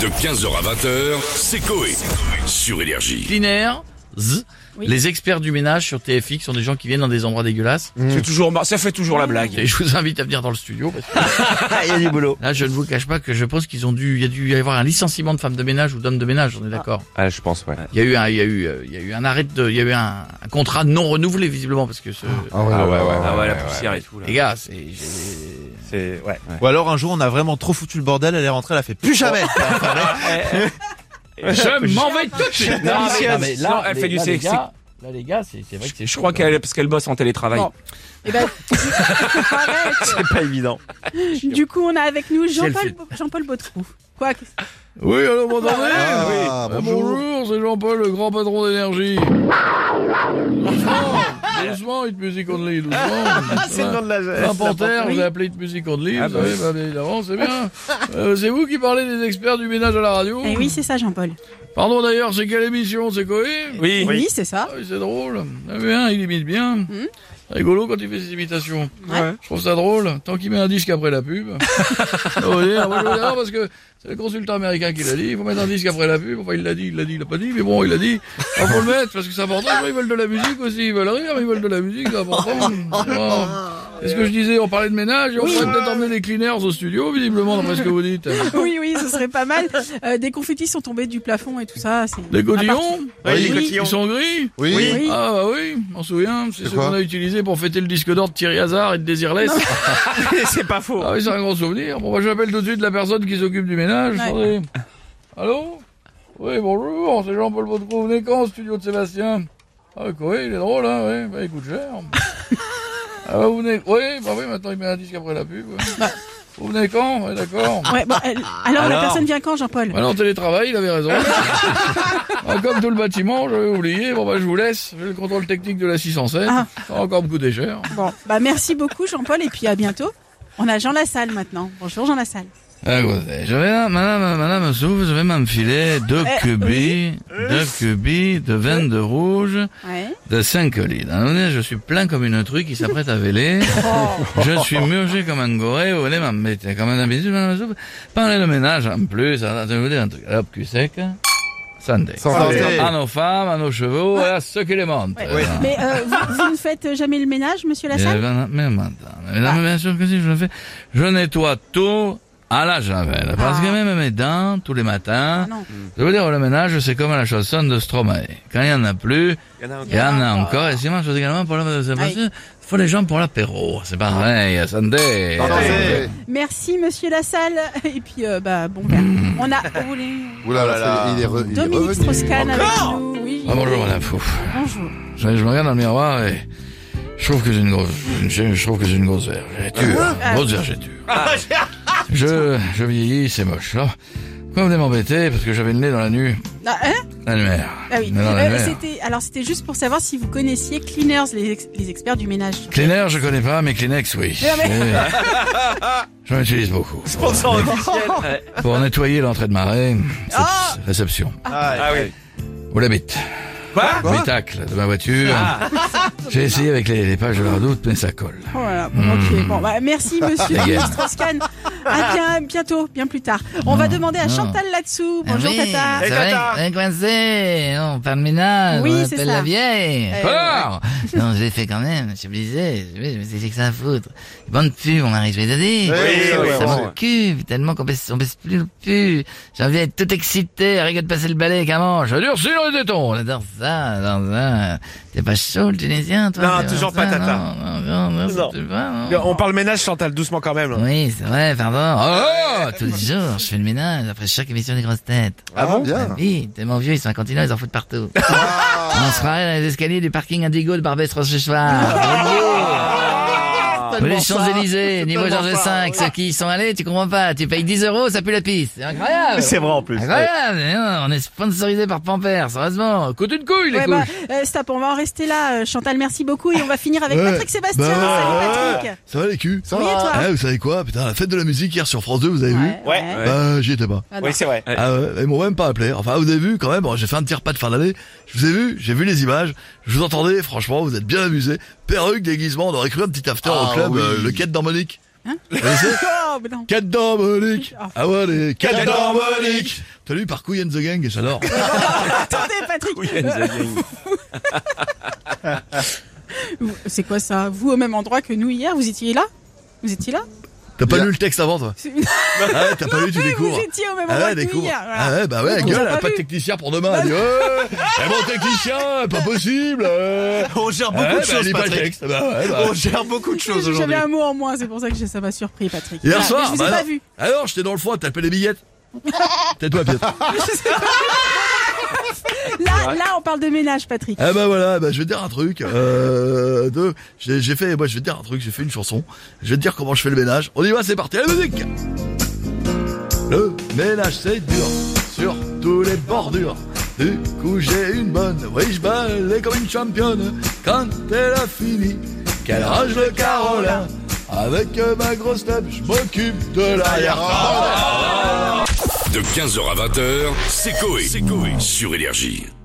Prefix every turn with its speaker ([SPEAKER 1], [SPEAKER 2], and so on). [SPEAKER 1] De 15h à 20h, c'est Coé. Sur Énergie.
[SPEAKER 2] Clinaire, zzz,
[SPEAKER 3] Oui.
[SPEAKER 2] les experts du ménage sur TFX sont des gens qui viennent dans des endroits dégueulasses.
[SPEAKER 4] Mm.
[SPEAKER 5] C'est toujours mar- ça fait toujours la blague.
[SPEAKER 2] Et je vous invite à venir dans le studio. Parce que
[SPEAKER 4] Il y a du boulot.
[SPEAKER 2] là, je ne vous cache pas que je pense qu'ils ont dû, il y a dû y avoir un licenciement de femmes de ménage ou d'hommes de ménage, on est d'accord.
[SPEAKER 4] Ah, je pense, ouais.
[SPEAKER 2] Il y a eu un, il y a eu, euh, il y a eu un arrêt de, il y a eu un, un contrat non renouvelé visiblement parce que ce,
[SPEAKER 4] Ah ouais, ouais, ouais.
[SPEAKER 5] Ah ouais, la
[SPEAKER 4] ouais, ouais.
[SPEAKER 5] poussière et tout là.
[SPEAKER 2] les gars, c'est, j'ai-
[SPEAKER 4] C'est, ouais.
[SPEAKER 6] Ou alors un jour on a vraiment trop foutu le bordel, elle est rentrée, elle a fait plus jamais.
[SPEAKER 5] Je m'en vais tout de suite. Non, mais-
[SPEAKER 2] Non,
[SPEAKER 5] non, elle fait du sexe.
[SPEAKER 2] gars, là, les gars, c'est, c'est vrai que c'est
[SPEAKER 5] Je
[SPEAKER 2] chaud,
[SPEAKER 5] crois
[SPEAKER 2] quoi.
[SPEAKER 5] qu'elle parce qu'elle bosse en télétravail.
[SPEAKER 3] Non. Eh ben, arrête.
[SPEAKER 4] C'est pas évident.
[SPEAKER 3] du coup, on a avec nous
[SPEAKER 2] Selfie.
[SPEAKER 3] Jean-Paul Jean-Paul Botrou. Quoi qu'est-ce-
[SPEAKER 2] Oui, alors m'entendez
[SPEAKER 6] Ah,
[SPEAKER 2] Oui.
[SPEAKER 6] bonjour.
[SPEAKER 2] c'est Jean-Paul, le grand patron d'énergie. Doucement, doucement, Hit Music Only, doucement.
[SPEAKER 4] C'est le nom de la
[SPEAKER 2] Un panthère, vous avez appelé Hit Music Only, vous savez, bah, bien évidemment, c'est bien. Euh, c'est vous qui parlez des experts du ménage à la radio
[SPEAKER 3] Eh oui, c'est ça, Jean-Paul.
[SPEAKER 2] Pardon d'ailleurs, c'est quelle émission, c'est Coé
[SPEAKER 5] Oui.
[SPEAKER 3] Eh Oui, c'est ça.
[SPEAKER 2] Ah oui, c'est drôle. Eh bien, il imite bien. C'est Rigolo quand il fait ses imitations.
[SPEAKER 3] Ouais.
[SPEAKER 2] Je trouve ça drôle. Tant qu'il met un disque après la pub. Ah oui, ah, moi, je veux dire, parce que c'est le consultant américain qui l'a dit. Il faut mettre un disque après la pub. Enfin, il l'a dit, il l'a dit, il l'a pas dit. Mais bon, il l'a dit. Il faut le mettre parce que c'est important. Les gens, Ils veulent de la musique aussi. Ils veulent rire. Ils veulent de la musique. C'est important. Bon. C'est ce que je disais. On parlait de ménage et on pourrait peut-être emmener les cleaners au studio, visiblement, d'après ce que vous dites.
[SPEAKER 3] Oui, oui, ce serait pas mal. Euh, des confettis sont tombés du plafond et tout ça. c'est-
[SPEAKER 2] Des cotillons
[SPEAKER 4] Oui, les
[SPEAKER 2] Ils
[SPEAKER 4] cotillons.
[SPEAKER 2] sont gris
[SPEAKER 6] Oui.
[SPEAKER 3] Oui.
[SPEAKER 2] Ah bah oui, m'en souviens, c'est ce
[SPEAKER 6] quoi
[SPEAKER 2] qu'on a utilisé pour fêter le disque d'or de Thierry Hazard et de Désirless.
[SPEAKER 5] C'est pas faux.
[SPEAKER 2] Ah oui, c'est un grand souvenir. Bon bah j'appelle tout de suite la personne qui s'occupe du ménage.
[SPEAKER 3] Ouais.
[SPEAKER 2] Attendez. Allô Oui, bonjour, c'est Jean-Paul Baudreau, venez quand au studio de Sébastien Ah oui, il est drôle, hein, oui, bah il coûte cher. ah bah, vous venez... Oui, bah oui, maintenant il met un disque après la pub. ouais. Vous venez quand Ouais, d'accord.
[SPEAKER 3] Ah, Ouais, bon, elle- alors, la personne vient quand, Jean-Paul
[SPEAKER 2] Bah non, télétravail, il avait raison. Ah, comme tout le bâtiment, j'avais oublié. Bon bah je vous laisse, j'ai le contrôle technique de la 607.
[SPEAKER 3] Ah.
[SPEAKER 2] Ça va encore me coûter cher.
[SPEAKER 3] Bon, bah merci beaucoup, Jean-Paul, et puis à bientôt. On a Jean Lassalle maintenant. Bonjour, Jean Lassalle.
[SPEAKER 2] Écoutez, Ah, je vais, hein, madame, madame Souve, je vais m'enfiler deux
[SPEAKER 3] Eh,
[SPEAKER 2] cubis, deux cubis de vin de rouge
[SPEAKER 3] Ouais.
[SPEAKER 2] de 5 litres. Alors, venez, je suis plein comme une truie qui s'apprête à véler. Je suis murgé comme un goré, vous voulez m'embêter. Comme d'habitude, madame Souve, parlez de ménage en plus. Alors, je vais vous dire un truc. Alors, cul sec, santé.
[SPEAKER 6] Santé.
[SPEAKER 2] À nos femmes, à nos chevaux, et à ceux qui les montent.
[SPEAKER 3] Ouais. Mais euh, vous, vous ne faites jamais le ménage, monsieur Lassalle
[SPEAKER 2] Euh, ben, mais maintenant, mais non, mais bien sûr que si je le fais, je nettoie tout à la javel. Parce que
[SPEAKER 3] Ah.
[SPEAKER 2] même mes dents, tous les matins,
[SPEAKER 3] Ah Non.
[SPEAKER 2] je veux dire, le ménage, c'est comme la chanson de Stromae. Quand il n'y en a plus, il y en a encore. Et si moi, je fais également pour la c'est parce que faut les gens pour l'apéro. C'est pareil, santé.
[SPEAKER 6] Ah, Santé.
[SPEAKER 3] Merci, monsieur Lassalle. Et puis, euh, bah, bon verre. On a vous voulez-
[SPEAKER 6] Oula là là. Il est re- il est
[SPEAKER 3] Dominique
[SPEAKER 6] revenu.
[SPEAKER 3] Strauss-Kahn avec nous. Oui.
[SPEAKER 2] Ah, bonjour, madame Fouf.
[SPEAKER 3] Bonjour.
[SPEAKER 2] Je, je me regarde dans le miroir et je trouve que j'ai une grosse, je, je trouve que j'ai une grosse vergeture.
[SPEAKER 3] Ah.
[SPEAKER 2] Une hein. grosse vergeture. Je, je vieillis, c'est moche. Alors, pourquoi vous venez m'embêter parce que j'avais le nez dans la nuit,
[SPEAKER 3] Ah, hein
[SPEAKER 2] la lumière.
[SPEAKER 3] Ah oui.
[SPEAKER 2] Mais non, la
[SPEAKER 3] Euh,
[SPEAKER 2] mère.
[SPEAKER 3] c'était, alors c'était juste pour savoir si vous connaissiez Cleaners, les, ex- les experts du ménage.
[SPEAKER 2] Cleaner, je connais pas, mais Kleenex, oui.
[SPEAKER 3] Non, mais-
[SPEAKER 2] Et- J'en utilise beaucoup. Pour,
[SPEAKER 5] Ouais.
[SPEAKER 2] pour nettoyer l'entrée de marée,
[SPEAKER 3] Ah
[SPEAKER 2] réception,
[SPEAKER 5] Ah oui.
[SPEAKER 2] ou la bite,
[SPEAKER 5] Quoi
[SPEAKER 2] Habitacle de ma voiture. J'ai essayé avec les, les pages de leur doute, mais ça colle.
[SPEAKER 3] Oh là là, bon, ok. Bon, bah, merci monsieur
[SPEAKER 2] Dégage.
[SPEAKER 3] Strauss-Kahn. À bien, bientôt, bien plus tard. On va demander à
[SPEAKER 2] non.
[SPEAKER 3] Chantal là-dessous.
[SPEAKER 2] Ah
[SPEAKER 3] Bonjour
[SPEAKER 7] Ah oui,
[SPEAKER 3] Tata.
[SPEAKER 7] C'est vrai, on est coincé, on parle ménage,
[SPEAKER 3] Oui,
[SPEAKER 7] on
[SPEAKER 3] c'est
[SPEAKER 7] appelle
[SPEAKER 3] ça.
[SPEAKER 7] la vieille.
[SPEAKER 3] Eh,
[SPEAKER 2] Peur
[SPEAKER 7] Non, je l'ai fait quand même, je suis obligé, je je me suis dit que ça à foutre. Bande pub, mon mari, je vais donner.
[SPEAKER 6] Oui, oui,
[SPEAKER 7] ça
[SPEAKER 6] oui.
[SPEAKER 7] m'occupe tellement qu'on baisse, on baisse plus le cul. J'ai envie d'être tout excité, arrête de passer le balai avec un manche.
[SPEAKER 2] Je durcis le
[SPEAKER 7] On
[SPEAKER 2] téton.
[SPEAKER 7] adore ça, on adore ça. T'es pas chaud, le Tunisien, toi
[SPEAKER 4] Non,
[SPEAKER 7] t'es vraiment
[SPEAKER 4] toujours
[SPEAKER 7] ça,
[SPEAKER 4] pas, Tata.
[SPEAKER 7] Non, non, non, non, c'est pas, non.
[SPEAKER 4] On parle ménage, Chantal, doucement quand même. hein.
[SPEAKER 7] Oui, c'est vrai, pardon.
[SPEAKER 2] Ah
[SPEAKER 7] Oh, tous les jours, je fais le ménage après chaque émission des grosses têtes.
[SPEAKER 6] Ah bon
[SPEAKER 7] Ah
[SPEAKER 6] Bien.
[SPEAKER 7] Oui, tellement vieux, ils sont incontinents, ils en foutent partout.
[SPEAKER 4] Ah.
[SPEAKER 7] On se croirait dans les escaliers du parking Indigo de barbès rochechouart
[SPEAKER 2] Ah.
[SPEAKER 7] Ou les
[SPEAKER 3] hein.
[SPEAKER 7] Champs-Élysées, niveau Georges V, ceux qui y sont allés, tu comprends pas, tu payes 10 euros, ça pue la piste. C'est incroyable.
[SPEAKER 4] C'est vrai en plus.
[SPEAKER 7] Incroyable, mais non, on est sponsorisé par Pampers, heureusement.
[SPEAKER 2] Coûte une couille, les
[SPEAKER 3] Ouais,
[SPEAKER 2] couilles.
[SPEAKER 3] bah, euh, stop, on va en rester là. Euh, Chantal, merci beaucoup et on va finir avec
[SPEAKER 8] Ouais.
[SPEAKER 3] Patrick Sébastien.
[SPEAKER 8] Bah ouais.
[SPEAKER 3] Salut Patrick.
[SPEAKER 8] Ça va les culs
[SPEAKER 3] Oui, et toi
[SPEAKER 8] Eh, Vous savez quoi Putain, la fête de la musique hier sur France 2, vous avez vu
[SPEAKER 4] Ouais.
[SPEAKER 3] ouais.
[SPEAKER 8] Bah, j'y étais pas.
[SPEAKER 3] Ah, non.
[SPEAKER 4] Oui, c'est vrai.
[SPEAKER 8] Ah ouais, ils m'ont même pas appelé. Enfin, vous avez vu quand même, bon, j'ai fait un petit repas de fin d'année. Je vous ai vu, j'ai vu les images, je vous
[SPEAKER 6] Ah
[SPEAKER 8] entendais, franchement, vous êtes bien amusés. Perruque, déguisement, on aurait cru un petit after au club, euh, le quête d'harmonique.
[SPEAKER 3] Oh, mais non.
[SPEAKER 8] Quatre d'Ambolique
[SPEAKER 3] Ah.
[SPEAKER 8] Ah ouais, les quatre d'Ambolique T'as lu par Couille and the Gang, j'adore.
[SPEAKER 3] Attendez, Patrick. Vous- C'est quoi ça Vous au même endroit que nous hier Vous étiez là Vous étiez là
[SPEAKER 8] T'as pas lu le texte avant, toi
[SPEAKER 3] C'est-
[SPEAKER 8] Ah ouais, t'as pas lu, tu
[SPEAKER 3] Oui,
[SPEAKER 8] découvres.
[SPEAKER 3] Vous étiez au même
[SPEAKER 8] Ah
[SPEAKER 3] endroit
[SPEAKER 8] ouais,
[SPEAKER 3] que nous
[SPEAKER 8] découvre.
[SPEAKER 3] hier.
[SPEAKER 8] Ah
[SPEAKER 3] voilà.
[SPEAKER 8] ouais, bah ouais, la
[SPEAKER 3] Donc, on
[SPEAKER 8] gueule,
[SPEAKER 3] l'a
[SPEAKER 8] elle a
[SPEAKER 3] pas
[SPEAKER 8] pas de
[SPEAKER 3] vu.
[SPEAKER 8] technicien pour demain. Elle dit, ouais, eh bon, technicien, pas possible. euh.
[SPEAKER 6] On gère
[SPEAKER 8] Ouais,
[SPEAKER 6] beaucoup
[SPEAKER 8] bah,
[SPEAKER 6] de choses,
[SPEAKER 8] lis pas le
[SPEAKER 6] Patrick.
[SPEAKER 8] texte. Bah ouais, bah.
[SPEAKER 6] On gère beaucoup de choses
[SPEAKER 3] J'avais
[SPEAKER 6] aujourd'hui.
[SPEAKER 3] un mot en moins, c'est pour ça que je- ça m'a surpris, Patrick.
[SPEAKER 8] Hier
[SPEAKER 3] Voilà,
[SPEAKER 8] soir,
[SPEAKER 3] mais je vous ai
[SPEAKER 8] bah
[SPEAKER 3] pas
[SPEAKER 8] non.
[SPEAKER 3] vu.
[SPEAKER 8] Alors, j'étais dans le froid, t'as fait des billettes. Tais-toi, Pietre.
[SPEAKER 3] Là, là, on parle de ménage, Patrick.
[SPEAKER 8] Ah bah voilà, bah je vais te dire un truc. Euh, deux, j'ai j'ai fait, moi je vais te dire un truc, j'ai fait une chanson. Je vais te dire comment je fais le ménage. On y va, c'est parti, à la musique Le ménage c'est dur, sur tous les bordures. Du coup j'ai une bonne, oui je balais comme une championne. Quand elle a fini, qu'elle range le carolin. Avec euh, ma grosse tête, je m'occupe de l'arrière.
[SPEAKER 1] De 15h à 20h, c'est Coé. Sur Énergie.